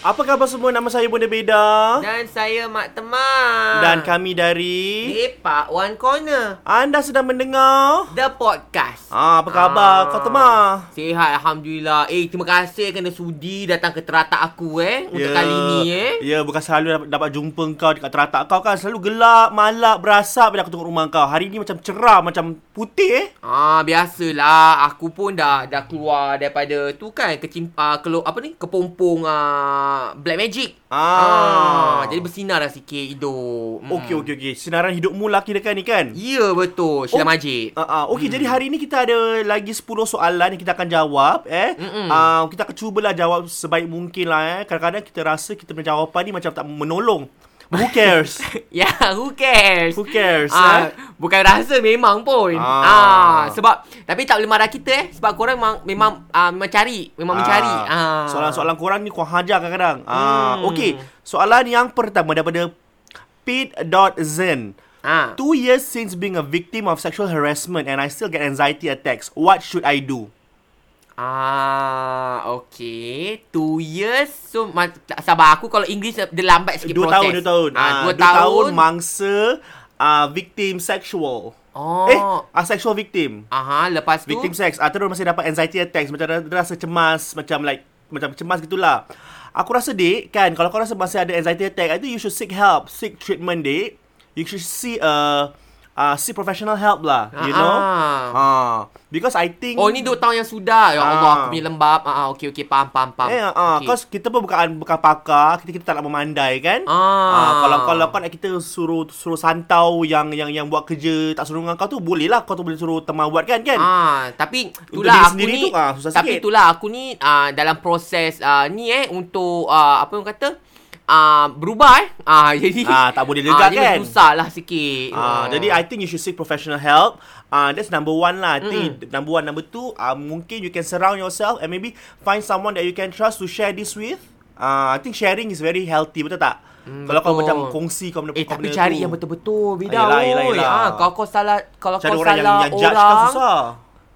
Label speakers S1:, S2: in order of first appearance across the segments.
S1: Apa khabar semua? Nama saya Bunda Beda.
S2: Dan saya Mak Teman.
S1: Dan kami dari...
S2: Lepak One Corner.
S1: Anda sedang mendengar...
S2: The Podcast.
S1: Ah, apa khabar? Kau Temah?
S2: Sihat, Alhamdulillah. Eh, terima kasih kerana sudi datang ke teratak aku eh. Untuk
S1: Ya.
S2: kali ni eh.
S1: Ya, bukan selalu dapat, dapat jumpa kau dekat teratak kau kan. Selalu gelap, malap, berasap bila aku tengok rumah kau. Hari ni macam cerah, macam putih eh.
S2: Ah, biasalah. Aku pun dah dah keluar daripada tu kan kecim ah, kelu, apa ni? Kepompong ah, Black Magic.
S1: Ah.
S2: jadi bersinar dah sikit hidup. Mm.
S1: Okey, okey, okey. Senaran hidupmu laki dekat ni kan?
S2: Ya, betul.
S1: Oh.
S2: Sheila oh. Majid.
S1: Uh, uh, Okey, hmm. jadi hari ni kita ada lagi 10 soalan yang kita akan jawab eh.
S2: Hmm.
S1: Uh, kita akan cubalah jawab sebaik mungkin lah eh. Kadang-kadang kita rasa kita punya jawapan ni macam tak menolong. Who cares?
S2: Ya, yeah, who cares?
S1: Who cares?
S2: Ah,
S1: eh?
S2: bukan rasa memang pun.
S1: Ah.
S2: Ah. sebab tapi tak boleh marah kita eh sebab korang memang memang ah, memang cari, memang mencari. Ah. Hmm.
S1: Soalan-soalan korang ni korang hajar kadang-kadang. Ah, okey. Soalan yang pertama daripada Pete.zen.
S2: Ah.
S1: Two years since being a victim of sexual harassment and I still get anxiety attacks. What should I do?
S2: Ah, okay. Two years. So, ma- tak sabar aku kalau English dia lambat sikit
S1: Dua
S2: proses.
S1: tahun, dua tahun.
S2: Ah,
S1: Ah,
S2: dua, tahun.
S1: mangsa ah, victim sexual.
S2: oh.
S1: Eh, ah, sexual victim.
S2: Aha, lepas tu.
S1: Victim sex. Ah, terus masih dapat anxiety attacks. Macam dia rasa cemas. Macam like, macam cemas gitulah. Aku rasa, dik, kan, kalau kau rasa masih ada anxiety attack, I think you should seek help. Seek treatment, dik. You should see a... Uh, see professional help lah You know
S2: Ah.
S1: Ah, Because I think
S2: Oh, ni dua tahun yang sudah. Ya Allah,
S1: Ah.
S2: aku punya lembab. Ah, ah, okay, okay. Faham, faham, faham.
S1: Eh, ah,
S2: okay.
S1: okay. cause kita pun bukan bukan pakar, kita kita tak nak memandai kan.
S2: Ah.
S1: kalau kalau kau nak kita suruh suruh santau yang yang yang buat kerja tak suruh dengan kau tu boleh lah kau tu boleh suruh teman buat kan kan.
S2: Ah, tapi
S1: Untuk
S2: itulah
S1: diri
S2: aku
S1: sendiri
S2: ni.
S1: tu, ah, susah
S2: tapi
S1: sikit.
S2: itulah aku ni ah, dalam proses ah, ni eh untuk ah, apa orang kata ah, berubah eh. Ah, jadi
S1: Ah, tak boleh legat kan?
S2: jadi Susah lah sikit.
S1: Ah, jadi I think you should seek professional help. Ah, that's number one lah. I think number one, number two, ah mungkin you can surround yourself and maybe find someone that you can trust to share this with. Ah, I think sharing is very healthy betul tak? kalau kau
S2: Mm, betul.
S1: macam kongsi kau benda
S2: Eh
S1: kau
S2: tapi
S1: benda
S2: cari
S1: tu.
S2: yang betul-betul
S1: Ah,
S2: Beda
S1: yelah, yelah,
S2: oi.
S1: yelah.
S2: Ah, Kalau kau salah Kalau
S1: Cari
S2: kau
S1: orang yang,
S2: salah
S1: yang judge kau susah.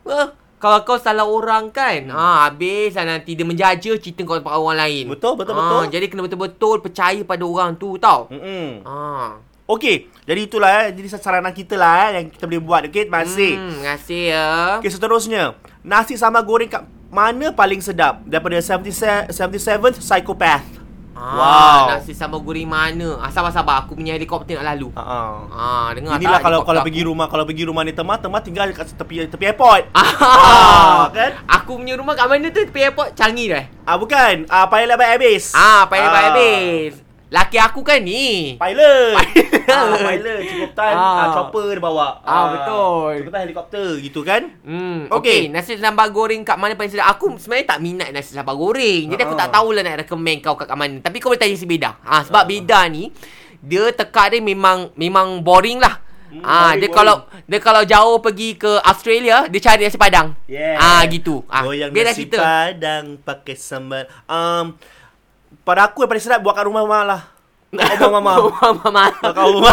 S2: Eh, Kalau kau salah orang kan ah, Habis lah nanti dia menjaja Cerita kau depan orang lain
S1: Betul, betul,
S2: Ah,
S1: betul. Hmm.
S2: Jadi kena betul-betul Percaya pada orang tu tau
S1: Mm-mm.
S2: Ah.
S1: Okey, jadi itulah eh. Jadi saranan kita lah eh, yang kita boleh buat. Okey, terima kasih.
S2: Hmm, terima kasih ya
S1: Okey, seterusnya. Nasi sambal goreng kat mana paling sedap? Daripada 77 77th Psychopath. Wow.
S2: Ah, Nasi sambal goreng mana? Ah, sabar-sabar. Aku punya helikopter nak lalu.
S1: Uh-uh.
S2: Ah, dengar
S1: Inilah
S2: tak
S1: kalau
S2: helikopter
S1: kalau
S2: aku?
S1: pergi rumah, kalau pergi rumah ni Temah, Temah tinggal dekat tepi tepi airport.
S2: Ah,
S1: Ah, kan?
S2: Aku punya rumah kat mana tu? Tepi airport Changi dah.
S1: Ah bukan, ah Paya Lebar Abyss.
S2: Ah, payah ah. habis. Laki aku kan ni.
S1: Pilot. ah, pilot cukup tan, ah.
S2: Ah.
S1: chopper dia bawa.
S2: Ah, betul.
S1: Cukup tan helikopter gitu kan?
S2: Hmm,
S1: Okey.
S2: okay. okay. Nasi sambal goreng kat mana paling sedap? Aku sebenarnya tak minat nasi sambal goreng. Jadi aku
S1: Ha-ha.
S2: tak tahulah nak recommend kau kat kat mana. Tapi kau boleh tanya si Beda. Ha,
S1: Ah.
S2: sebab Beda ni, dia tekak dia memang memang boring lah.
S1: Hmm,
S2: Ah,
S1: boring,
S2: dia
S1: boring.
S2: kalau dia kalau jauh pergi ke Australia, dia cari nasi padang.
S1: Yeah.
S2: Ah, gitu. Ah,
S1: Goyang
S2: biar dah
S1: nasi padang pakai sambal. Um, pada aku yang paling sedap buat kat rumah mama lah. Rumah mama.
S2: Rumah mama.
S1: Bakar rumah.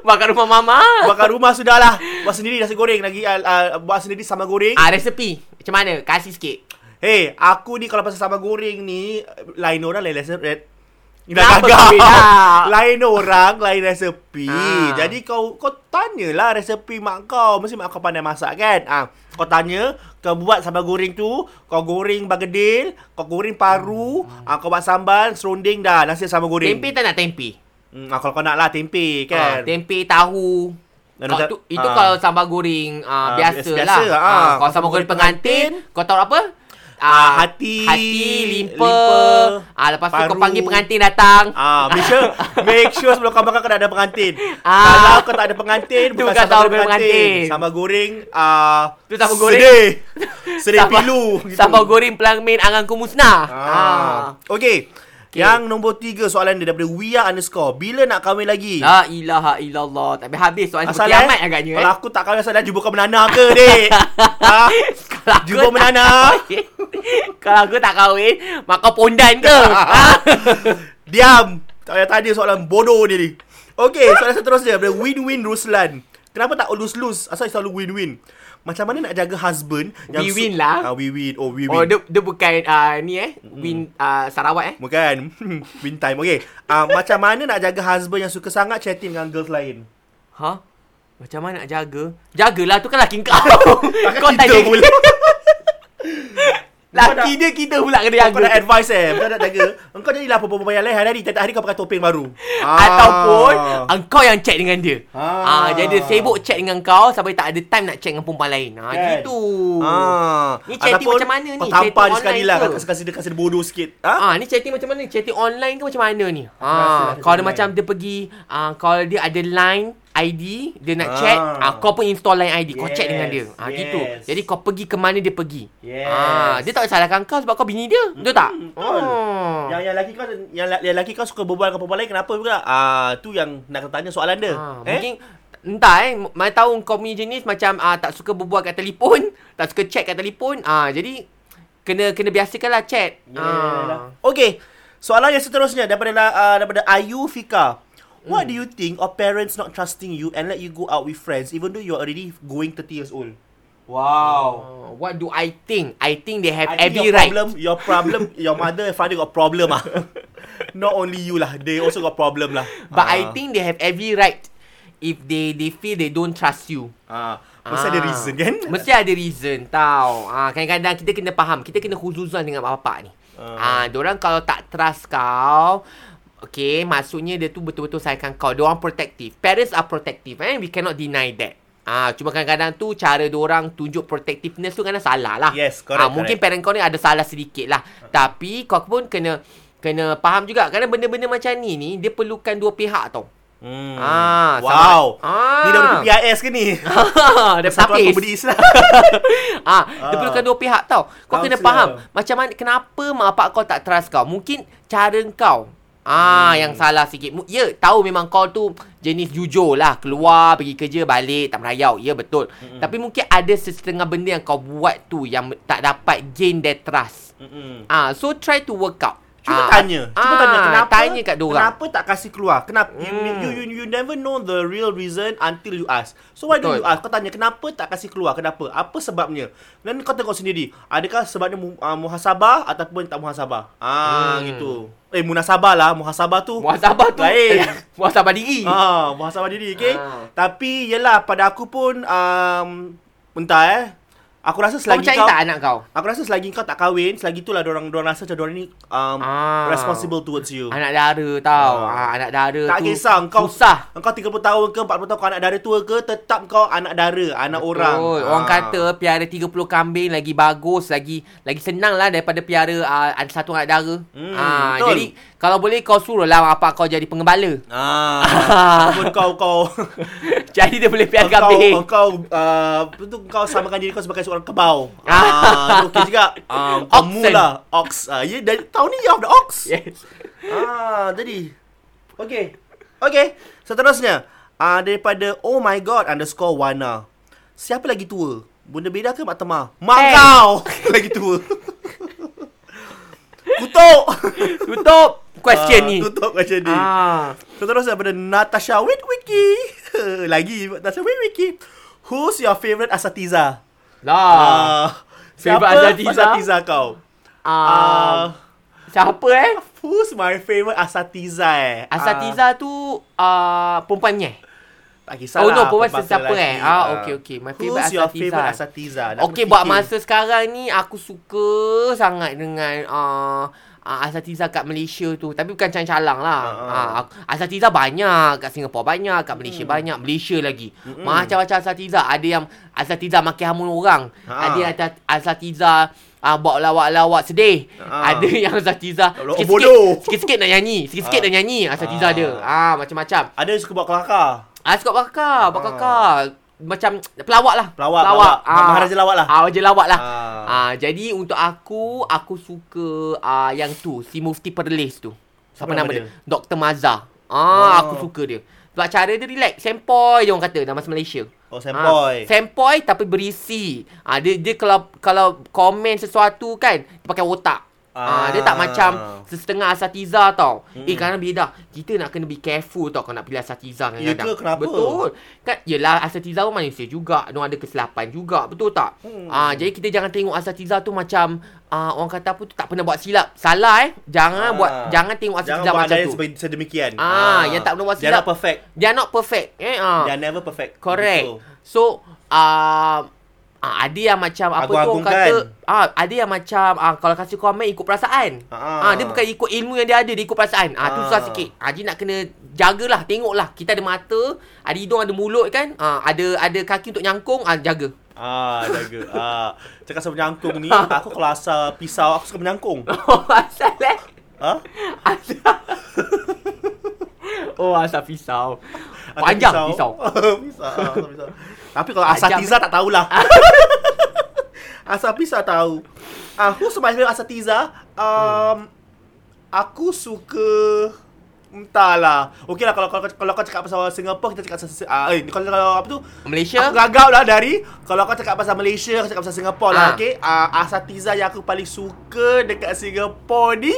S2: Bakar rumah mama.
S1: buat kat rumah sudahlah. Buat sendiri nasi goreng lagi uh, uh, buat sendiri sambal goreng.
S2: Ah, resepi. Macam mana? Kasih sikit.
S1: Hey, aku ni kalau pasal sambal goreng ni lain orang lain rasa red.
S2: Kenapa kau beda?
S1: lain orang lain resepi.
S2: Ah.
S1: Jadi kau kau tanyalah resepi mak kau. Mesti mak kau pandai masak kan? Ah, kau tanya, kau buat sambal goreng tu, kau goreng bagedil, kau goreng paru, ah, kau buat sambal, serunding dah nasi sambal goreng.
S2: Hmm. Tempe tak nak tempe?
S1: Hmm, ah, kalau kau nak lah tempe kan.
S2: Ah, tempe, tahu.
S1: Dan
S2: Kau,
S1: macam-
S2: tu, itu
S1: ah.
S2: kalau sambal goreng
S1: Ah,
S2: ah, biasa,
S1: biasa-
S2: lah.
S1: biasa, ah.
S2: Ah,
S1: Kalau
S2: kalau sambal goreng pengantin, kau tahu apa?
S1: Ah, hati,
S2: hati, limpa.
S1: limpa,
S2: ah, lepas tu
S1: paru.
S2: kau panggil pengantin datang.
S1: Ah, make sure make sure sebelum kau makan kau dah ada pengantin. Ah.
S2: Ah.
S1: Kalau kau tak ada pengantin,
S2: Tu
S1: bukan
S2: bukan
S1: sambal
S2: sambal
S1: goreng pengantin.
S2: pengantin.
S1: Sambal goreng ah
S2: Tu sambal goreng.
S1: Sedih. Sedih
S2: Sambal-
S1: pilu.
S2: Sambal goreng pelangmin anganku musnah.
S1: Ah. Okey. Okay.
S2: Okey.
S1: Yang nombor tiga soalan dia daripada Wia underscore. Bila nak kahwin lagi?
S2: La ilaha illallah. Tak habis soalan
S1: Asal
S2: Asal
S1: eh,
S2: kiamat Ah, agaknya.
S1: Kalau aku tak kahwin asal dah jumpa kau menana ke, dek? ha?
S2: Kalau aku
S1: Jumpa
S2: tak
S1: menana.
S2: kahwin- Kalau aku tak kahwin, mak kau pondan ke? Ah.
S1: Diam. Tak payah tanya soalan bodoh dia ni. Okey, soalan seterusnya daripada Win-Win Ruslan. Kenapa tak lose-lose? Asal selalu win-win. Macam mana nak jaga husband
S2: We win lah.
S1: Ah, we win. Oh, we win.
S2: Oh, dia, dia bukan uh, ni eh.
S1: Hmm.
S2: Win uh, Sarawak eh.
S1: Bukan Win time Okay uh, Macam mana nak jaga husband Yang suka sangat chatting Dengan girls lain
S2: Ha? Macam mana nak jaga? Jagalah tu kan laki kau. kau
S1: kita
S2: tak jaga.
S1: Kan pula.
S2: Laki dia kita pula kena jaga.
S1: Kau nak advice eh Kau nak jaga Engkau jadilah perempuan yang lain Hari-hari Tiap-tiap hari kau pakai topeng baru ah.
S2: Ataupun engkau yang chat dengan dia.
S1: Ah.
S2: Ah. jadi dia sibuk chat dengan kau sampai tak ada time nak chat dengan perempuan lain. Ha,
S1: Kan?
S2: gitu.
S1: ah.
S2: Ni chatting
S1: Ataupun
S2: macam mana ni?
S1: Pertampar
S2: Chatting
S1: dia sekali
S2: online
S1: lah
S2: ke?
S1: Kasi kasi dia kasi dia bodoh sikit ha?
S2: Ah, ni chatting macam mana? Chatting online ke macam mana ni?
S1: rasa lah
S2: Ah, kalau dia
S1: chatting
S2: macam dia pergi ah kalau dia ada line ID, dia nak
S1: Ah.
S2: chat, ah kau pun install line ID, kau chat dengan dia.
S1: Yes,
S2: Ah gitu.
S1: yes.
S2: Jadi kau pergi ke mana dia pergi.
S1: Yes.
S2: Ah, dia tak salahkan kau sebab kau bini dia. Betul tak?
S1: betul. Ya.
S2: Oh.
S1: Yang yang lelaki kau yang, la- yang lelaki kau suka berbual dengan perempuan lain kenapa juga? Ah tu yang nak tanya soalan dia.
S2: Ah, eh? Mungkin Entah eh Mana tahu kau punya jenis Macam ah, tak suka berbual kat telefon Tak suka chat kat telefon ah, Jadi Kena kena biasakan lah chat
S1: Ya,
S2: ah.
S1: Yeah. Okay. Soalan yang seterusnya daripada la- uh, daripada Ayu Fika.
S2: Hmm.
S1: What mm. do you think of parents not trusting you and let you go out with friends even though you're already going 30 years old? Wow.
S2: Ah, What do I think? I think they have
S1: I think
S2: every
S1: your
S2: Ah. right
S1: problem, your problem, your mother and father got problem ah. not only you lah, they also got problem lah.
S2: But
S1: Ah.
S2: I think they have every right If they they feel they don't trust you
S1: ah, mesti ada reason kan?
S2: Mesti ada reason tau. Ah kadang-kadang kita kena faham, kita kena huzuzan dengan mak bapak ni.
S1: Ah.
S2: Ah diorang kalau tak trust kau, okay, maksudnya dia tu betul-betul sayangkan kau. Diorang protective. Parents are protective eh, we cannot deny that. Ah cuma kadang-kadang tu cara diorang tunjuk protectiveness tu kadang salah lah.
S1: Yes, correct,
S2: Ah
S1: correct.
S2: mungkin
S1: Ah.
S2: parent kau ni ada salah sedikit lah. Tapi kau pun kena kena faham juga kerana benda-benda macam ni ni dia perlukan dua pihak tau.
S1: Hmm.
S2: Ah,
S1: wow.
S2: sama- Ah.
S1: Ni dah berarti PIS ke ni?
S2: Dah
S1: Persatuan
S2: tapis.
S1: Pembudi Islam.
S2: Ah, dia
S1: Ah. lah.
S2: perlukan dua pihak tau. Kau kena
S1: Counselor.
S2: faham macam mana kenapa mak bapak kau tak trust kau. Mungkin cara kau Ah, hmm. yang salah sikit. Mu- Ya, tahu memang kau tu jenis jujur lah. Keluar, pergi kerja, balik, tak merayau. Ya, betul. Hmm. Tapi mungkin ada setengah benda yang kau buat tu yang tak dapat gain their trust.
S1: Mm-mm.
S2: Ah, so try to work out.
S1: Cuba
S2: ah,
S1: tanya. Cuba
S2: ah,
S1: tanya kenapa?
S2: Tanya kat diorang.
S1: Kenapa tak kasi keluar? Kenapa you,
S2: Hmm.
S1: you, you, you never know the real reason until you ask. So why do
S2: Betul.
S1: you ask? Kau tanya kenapa tak kasi keluar? Kenapa? Apa sebabnya? Dan kau tengok sendiri. Adakah sebabnya mu, uh, muhasabah ataupun tak muhasabah? Ah
S2: Hmm.
S1: gitu. Eh munasabah lah, muhasabah tu.
S2: Muhasabah tu.
S1: Lain.
S2: Muhasabah diri.
S1: ah, muhasabah diri, okay?
S2: Ah.
S1: Tapi yelah pada aku pun um, entah eh. Aku rasa
S2: kau
S1: selagi
S2: percaya
S1: kau
S2: tak anak kau?
S1: Aku rasa selagi kau tak kahwin, selagi itulah orang orang rasa macam orang ni um,
S2: Ah.
S1: responsible towards you.
S2: Anak dara tau.
S1: Ah.
S2: Ah. anak dara
S1: Tak
S2: tu.
S1: kisah kau
S2: Susah.
S1: Engkau 30 tahun ke 40 tahun kau anak dara tua ke tetap kau anak dara, anak orang. Ah.
S2: Betul. Orang kata piara 30 kambing lagi bagus, lagi lagi senang lah daripada piara uh, ada satu anak dara.
S1: Hmm,
S2: Hmm, ah,
S1: betul.
S2: jadi kalau boleh kau suruh lah apa kau jadi pengembala.
S1: Ah, ataupun kau kau
S2: jadi dia boleh piara
S1: engkau
S2: kambing.
S1: engkau uh, tu kau samakan diri kau sebagai seorang kebau. Ah, tu okey juga. Ah, kau
S2: Oxen. Ya.
S1: mula ox. Ah, ya dari tahun ni year of the ox.
S2: Yes.
S1: Ah, jadi Okay Okay Seterusnya ah, Daripada Oh my god Underscore Wana Siapa lagi tua? Bunda beda ke Mak Temah? Mak
S2: Eh.
S1: kau Lagi tua Kutuk
S2: Tutup question
S1: Ah,
S2: ni.
S1: Tutup question ni
S2: Ah.
S1: Seterusnya daripada Natasha Witwiki Lagi Natasha Witwiki Who's your favourite Asatiza?
S2: Lah.
S1: Ah,
S2: Favourite
S1: siapa
S2: Asatiza?
S1: Asatiza kau?
S2: Ah.
S1: Ah,
S2: siapa eh?
S1: who's my favourite Asatiza eh? Ah,
S2: Asatiza tu uh, perempuan ni.
S1: Tak kisah
S2: Oh,
S1: lah,
S2: no, perempuan sesiapa
S1: lelaki.
S2: eh? Ah, okey, okey. My favourite
S1: Who's your
S2: Asatiza?
S1: favourite Asatiza? Nak
S2: Okey
S1: kena
S2: buat
S1: fikir.
S2: masa sekarang ni aku suka sangat dengan uh, uh, Asatiza kat Malaysia tu tapi bukan calang-calang lah.
S1: Ha, Hmm.
S2: Uh,
S1: ha.
S2: uh. Asatiza banyak kat Singapura banyak, kat Malaysia banyak, Malaysia lagi.
S1: Hmm.
S2: Macam-macam Asatiza, ada yang Asatiza makin hamun orang,
S1: Ha.
S2: ada yang Asa- Asatiza uh, buat lawak-lawak sedih.
S1: Ha.
S2: Ada yang Asatiza
S1: Lawak bodoh.
S2: sikit-sikit, sikit-sikit nak nyanyi, sikit-sikit
S1: Ha.
S2: nak nyanyi Asatiza
S1: Ha.
S2: dia. Ah macam-macam.
S1: Ada yang suka buat kelakar.
S2: Ah suka
S1: Ah.
S2: bakar, bakar kakar. Macam pelawak lah.
S1: Pelawak, pelawak.
S2: Ah.
S1: Maharaja lawak lah.
S2: Ah, Maharaja lawak lah.
S1: Ah.
S2: Ah. jadi untuk aku, aku suka ah yang tu, si Mufti Perlis tu. Siapa
S1: Apa
S2: nama
S1: nama
S2: dia? Dr. Mazah. Ah,
S1: Oh.
S2: aku suka dia. Sebab cara dia relax, sempoi dia orang kata dalam bahasa Malaysia.
S1: Oh, sempoi.
S2: Ah, sempoi tapi berisi. Ah dia dia kalau kalau komen sesuatu kan, dia pakai otak. Ah. dia tak macam setengah asatiza tau. Mm.
S1: Hmm.
S2: Eh kadang beda. Kita nak kena be careful tau kalau nak pilih asatiza
S1: Ya
S2: kadang-kadang.
S1: ke? Kenapa?
S2: Betul. Kan yelah asatiza pun manusia juga. Dia ada kesilapan juga. Betul tak?
S1: Mm.
S2: Mm. Ah jadi kita jangan tengok asatiza tu macam ah orang kata apa tu tak pernah buat silap. Salah eh. Jangan
S1: Ah.
S2: buat jangan tengok
S1: Jangan
S2: asatiza
S1: buat
S2: macam
S1: macam
S2: tu.
S1: sedemikian.
S2: Ah, yang tak pernah buat
S1: Dia
S2: silap.
S1: not perfect.
S2: They are not perfect. Eh ah.
S1: They are never perfect.
S2: Correct.
S1: Betul.
S2: So, um, ah, ada yang macam apa tu orang
S1: Agung-agungkan.
S2: kata, ah, ada yang macam ah, kalau kasi komen ikut perasaan.
S1: Ah.
S2: Ah. dia bukan ikut ilmu yang dia ada, dia ikut perasaan. Ah, tu
S1: Ah.
S2: susah sikit. Haji nak kena jagalah, tengoklah. Kita ada mata, ada hidung, ada mulut kan? Ah, ada ada kaki untuk nyangkung, ah jaga.
S1: Ah, jaga. Ah, cakap pasal menyangkung ni, aku kalau asal pisau, aku suka menyangkung.
S2: Oh, asal eh?
S1: Ha?
S2: Asal. oh, asal pisau.
S1: Asal
S2: Panjang pisau.
S1: pisau. ah, asal pisau. Tapi kalau asal
S2: Ajam.
S1: tiza tak tahulah. asal pisau tahu. Ah, who's my favorite asal tiza?
S2: Hmm.
S1: Um, aku suka Entahlah. Okey lah kalau, kalau, kalau kau cakap pasal Singapore, kita cakap pasal... Ah, eh, kalau, kalau apa tu?
S2: Malaysia?
S1: Aku gagau lah dari Kalau kau cakap pasal Malaysia Aku cakap pasal Singapura lah
S2: Ah.
S1: Okay uh, Asatiza yang aku paling suka Dekat Singapura ni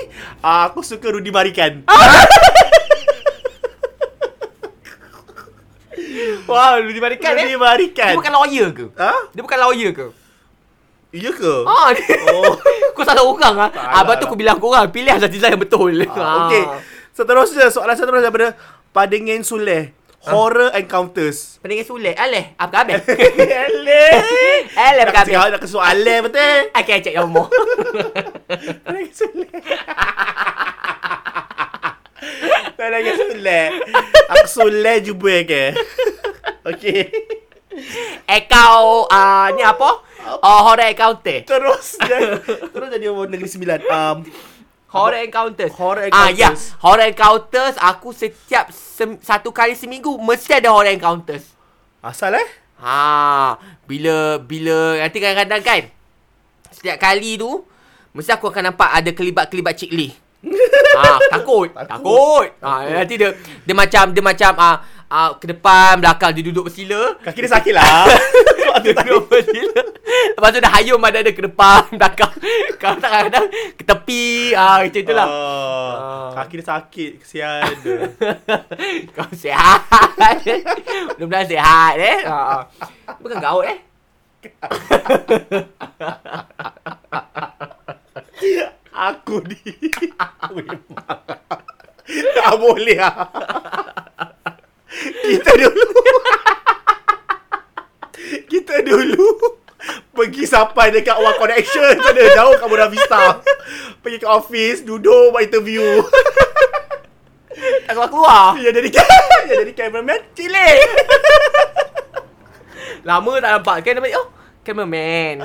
S1: uh, Aku suka Rudy Marikan
S2: Ah, Wow, dia dibalikan
S1: Rudy
S2: eh? Ah.
S1: Marikan
S2: Dia bukan lawyer ke?
S1: Ha?
S2: Dia bukan lawyer ke?
S1: Iya ke?
S2: Ah, dia...
S1: Oh
S2: Kau salah orang ah.
S1: Tak,
S2: Ah, Abang
S1: tak,
S2: tu
S1: tak.
S2: aku bilang kau orang pilih Azhar Tizah yang betul.
S1: Ah, Okay Seterusnya Soalan seterusnya daripada Padingin Suleh Horror Encounters
S2: Pendengar sulit. Aleh, apa khabar?
S1: Eleh
S2: Aleh, apa
S1: Nak
S2: khabar?
S1: cakap nak kesoalan betul
S2: Okey, cek yang umur.
S1: Padingin Suleh Padingin Suleh Aku Suleh jumpa ke Okay
S2: Eh kau ah ni apa? Oh, horror encounter.
S1: Terus dia, Terus jadi orang negeri sembilan um,
S2: Horror encounters.
S1: Horror
S2: Ah, ya.
S1: encounters.
S2: Horror encounters aku setiap sem- satu kali seminggu mesti ada horror encounters.
S1: Asal eh
S2: Ha, bila bila nanti kadang-kadang kan setiap kali tu mesti aku akan nampak ada kelibat-kelibat cikli. ha, takut, takut. Takut. Ha, nanti dia dia macam dia macam ah ah ke depan belakang dia duduk bersila.
S1: Kaki dia sakit lah Sebab tu
S2: Dia
S1: tak
S2: duduk bersila. Lepas tu dah hayum ada ada ke depan belakang. Kadang-kadang ke tepi ah macam itulah.
S1: Oh,
S2: Ah.
S1: Kaki dia sakit Kesian dia
S2: Kau sihat Mudah-mudahan sihat eh ha. Bukan gaut eh
S1: Aku ni Memang Tak boleh lah Kita dulu Kita dulu Pergi sampai dekat One Connection sana Jauh kat Buona Vista Pergi ke office Duduk buat interview
S2: Tak keluar-keluar
S1: Yang jadi Yang jadi cameraman Cilik
S2: Lama tak nampak kan nampak oh cameraman.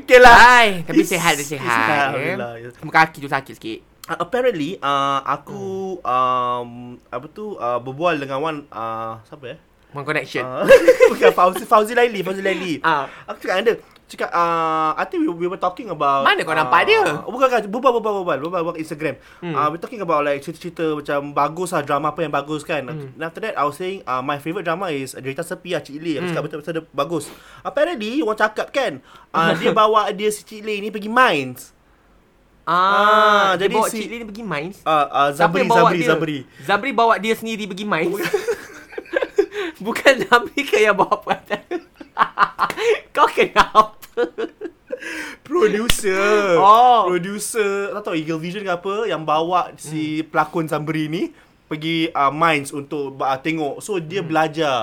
S1: Okay lah
S2: Hai, tapi
S1: Is-
S2: sihat dia
S1: sihat,
S2: sihat. eh.
S1: Alhamdulillah, ya.
S2: Cuma kaki tu sakit sikit.
S1: uh, Apparently uh, Aku um, Apa tu uh, Berbual dengan one uh, Siapa eh
S2: One connection.
S1: Uh, bukan Fauzi Fauzi Laili Fauzi Laili
S2: Ah.
S1: Aku cakap dengan dia Cakap uh, I think we, we were talking about
S2: Mana kau nampak dia?
S1: oh, Bukan bukan Berbual berbual berbual Berbual berbual kat Instagram hmm. uh, We talking about like Cerita-cerita macam Bagus lah drama apa yang bagus kan hmm. And after that I was saying uh, My favourite drama is Cerita Sepi lah Cik Lee Aku
S2: Hmm.
S1: cakap betul-betul dia bagus Apparently Orang cakap kan uh, Dia bawa dia si Cik Lee ni Pergi mines Ah,
S2: Ah,
S1: jadi
S2: jadi bawa
S1: si-
S2: Cik Lee ni pergi mines.
S1: uh, uh,
S2: Siapa
S1: Zabri
S2: yang bawa
S1: Zabri
S2: dia?
S1: Zabri
S2: Zabri bawa dia sendiri pergi mines. Bukan Zabri ke yang bawa perhatian? kau kenapa?
S1: Producer
S2: Oh.
S1: Producer Tak tahu Eagle Vision ke apa Yang bawa
S2: Hmm.
S1: si pelakon Sambri ni Pergi uh, Mines untuk uh, tengok So dia
S2: Hmm.
S1: belajar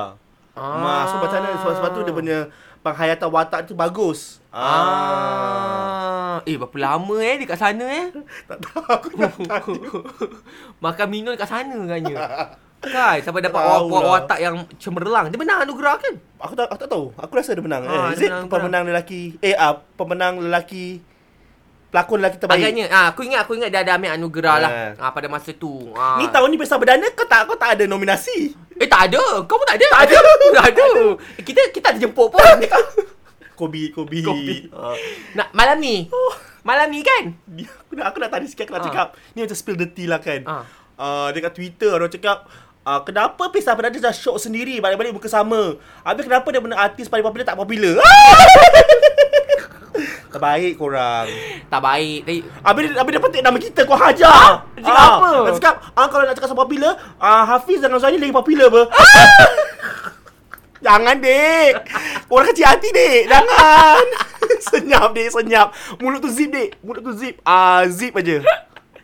S1: ah. Ma, So macam mana sebab, sebab tu dia punya Penghayatan watak tu bagus ah.
S2: Ah. Eh, berapa lama eh dekat sana eh?
S1: Tak tahu aku tak tahu
S2: Makan minum dekat sana agaknya. Kan, sampai dapat
S1: Tahu
S2: orang-
S1: lah.
S2: watak yang cemerlang. Dia menang anugerah kan?
S1: Aku tak, aku tak tahu Aku rasa dia menang eh,
S2: Ah,
S1: Is it
S2: dia menang,
S1: pemenang lelaki Eh ah, pemenang lelaki Pelakon lelaki terbaik
S2: Agaknya ah aku ingat aku ingat dia ada ambil anugerah lah
S1: Eh.
S2: ah, pada masa tu. Ah.
S1: Ni tahun ni pesta perdana kau tak kau tak ada nominasi.
S2: Eh tak ada. Kau pun tak ada. Tak ada. tak ada. Eh, kita kita ada jemput pun.
S1: Kobi Kobi.
S2: Kobi.
S1: Ah.
S2: Nak malam ni.
S1: Oh.
S2: Malam ni kan?
S1: Ni aku nak aku nak tanya sikit aku nak
S2: Ah.
S1: cakap. Ni macam spill the tea lah kan. Ah
S2: Ah.
S1: uh, dekat Twitter orang cakap uh, kenapa pisah perdana dah shock sendiri balik-balik muka sama. Habis kenapa dia benda artis paling popular tak popular? Ah! Terbaik korang.
S2: Tak baik. Eh, Tapi
S1: Habis dia, habis dia petik nama kita kau hajar.
S2: dia cakap apa?
S1: Dia cakap, ah, kalau nak cakap pasal popular, ah, Hafiz dan Nozani lagi popular ber. Jangan dek. Orang kecil hati dek. Jangan. senyap dek, senyap. Mulut tu zip dek. Mulut tu zip. Ah, zip aja.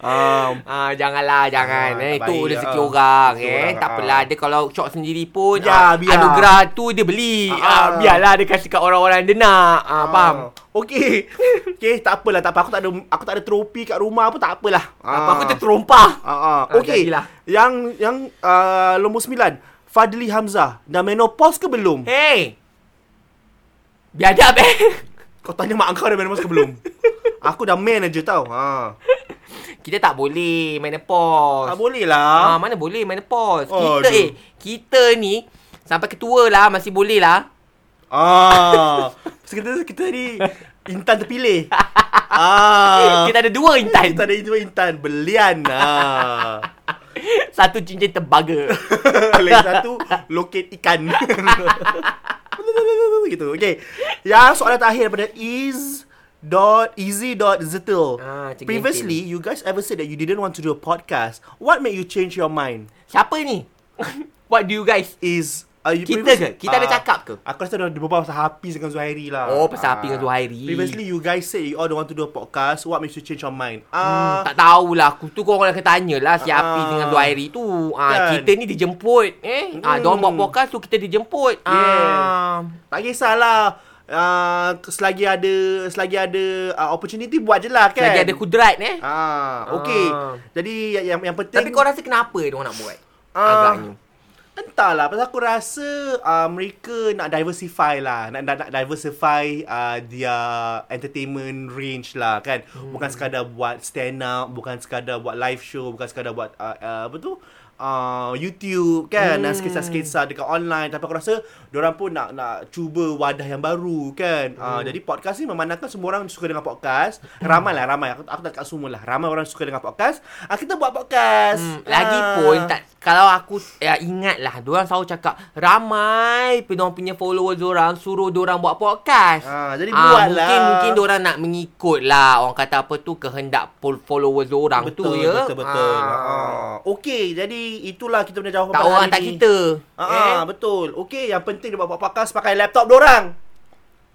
S1: Ah,
S2: Ah, janganlah, jangan.
S1: Ah,
S2: eh,
S1: tak
S2: itu
S1: baik,
S2: rezeki
S1: ah.
S2: orang.
S1: Rezeki
S2: eh.
S1: orang,
S2: tak
S1: ah.
S2: apalah. Dia kalau cok sendiri pun,
S1: Ya,
S2: ah,
S1: biar.
S2: anugerah tu dia beli.
S1: Ah.
S2: Ah, biarlah dia kasih kat orang-orang dia nak. Ah, faham?
S1: Okey. Okey, tak apalah, tak apa. Aku tak ada aku tak ada tropi kat rumah apa tak apalah.
S2: Apa aku terterompah.
S1: Ah,
S2: Ah,
S1: ah. Okey.
S2: jadilah.
S1: Yang yang uh, nombor 9, Fadli Hamzah. Dah menopause ke belum?
S2: Hey! Biadab eh.
S1: Kau tanya mak kau dah menopause ke belum? Aku dah man aja tau. Ha.
S2: Kita tak boleh menopause.
S1: Tak boleh lah.
S2: Ah, mana boleh menopause.
S1: Oh,
S2: kita
S1: aduh.
S2: eh, kita ni sampai ketua lah masih boleh lah.
S1: Ah. Pasal kita kita ni intan terpilih. Ah.
S2: Eh, Kita ada dua intan.
S1: Kita ada itu intan belian. Ah.
S2: Satu cincin tembaga.
S1: Lagi satu Locate ikan Gitu Okay Yang soalan terakhir daripada is dot easy dot zetel.
S2: Ah, cik
S1: Previously, you guys ever said that you didn't want to do a podcast. What made you change your mind?
S2: Siapa ni? What do you guys?
S1: Is uh, you
S2: Kita
S1: previous-
S2: ke? Kita ada
S1: Ah,
S2: cakap ke?
S1: Aku rasa dah berbual pasal Hafiz dengan Zuhairi lah.
S2: Oh, pasal
S1: Ah.
S2: Hafiz dengan Zuhairi.
S1: Previously, you guys said you all don't want to do a podcast. What makes you change your mind?
S2: Hmm,
S1: Ah,
S2: tak tahulah aku tu korang akan tanya lah si
S1: Ah.
S2: Api dengan Zuhairi tu.
S1: Kan?
S2: Ah, kita ni dijemput eh. Ah,
S1: Hmm.
S2: diorang buat podcast tu kita dijemput. Ah.
S1: Tak kisahlah. Uh, selagi ada selagi ada uh, opportunity buat je lah kan.
S2: Lagi ada kudrat eh.
S1: Ah, okey.
S2: Ah.
S1: Jadi ya- yang yang, yang penting
S2: Tapi kau rasa kenapa diorang nak buat?
S1: Ah.
S2: Agaknya.
S1: entahlah pasal aku rasa uh, mereka nak diversify lah, nak nak, nak diversify uh, their entertainment range lah kan. Hmm. Bukan sekadar buat stand up, bukan sekadar buat live show, bukan sekadar buat uh, uh, apa tu? Uh, YouTube kan hmm. sketsa-sketsa dekat online tapi aku rasa diorang pun nak nak cuba wadah yang baru kan uh,
S2: Hmm.
S1: jadi podcast ni memandangkan semua orang suka dengan podcast ramai lah ramai aku, aku tak kat semua lah ramai orang suka dengan podcast uh, kita buat podcast
S2: Hmm,
S1: Ah.
S2: Lagipun tak kalau aku ya, ingat lah diorang selalu cakap ramai diorang punya followers diorang suruh diorang buat podcast.
S1: Ah, jadi
S2: Ah,
S1: buat
S2: mungkin,
S1: lah.
S2: Mungkin diorang nak mengikut lah orang kata apa tu kehendak pol- followers diorang
S1: betul,
S2: tu ya.
S1: Betul, betul.
S2: Ah.
S1: Ah. Okey, jadi itulah kita punya jawapan
S2: Tak
S1: pada
S2: orang
S1: hari
S2: tak
S1: ni.
S2: kita. Eh?
S1: Ah, ah, betul. Okey, yang penting dia buat podcast pakai laptop orang.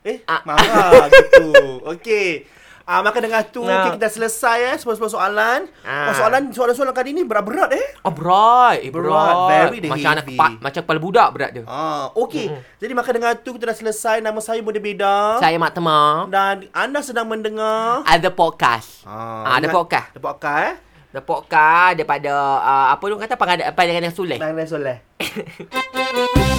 S1: Eh,
S2: Ah.
S1: marah gitu. Okey. Ah, maka dengan tu
S2: Nah.
S1: okay, kita selesai eh semua-semua soalan.
S2: Ah.
S1: Oh, soalan soalan-soalan kali ni berat-berat eh.
S2: Oh, berat. Eh,
S1: Berat,
S2: berat.
S1: very
S2: macam
S1: heavy.
S2: anak kepa- macam kepala budak berat dia.
S1: Ah, okey. Jadi maka dengan tu kita dah selesai. Nama saya Budi Beda
S2: Saya Mak Temar.
S1: dan anda sedang mendengar
S2: Ada podcast.
S1: Ah,
S2: Ah, ada
S1: ingat-
S2: podcast.
S1: Ada podcast eh.
S2: Ada Eh. podcast daripada ah, apa tu kata pandangan pandangan yang sulih.
S1: Bang Soleh.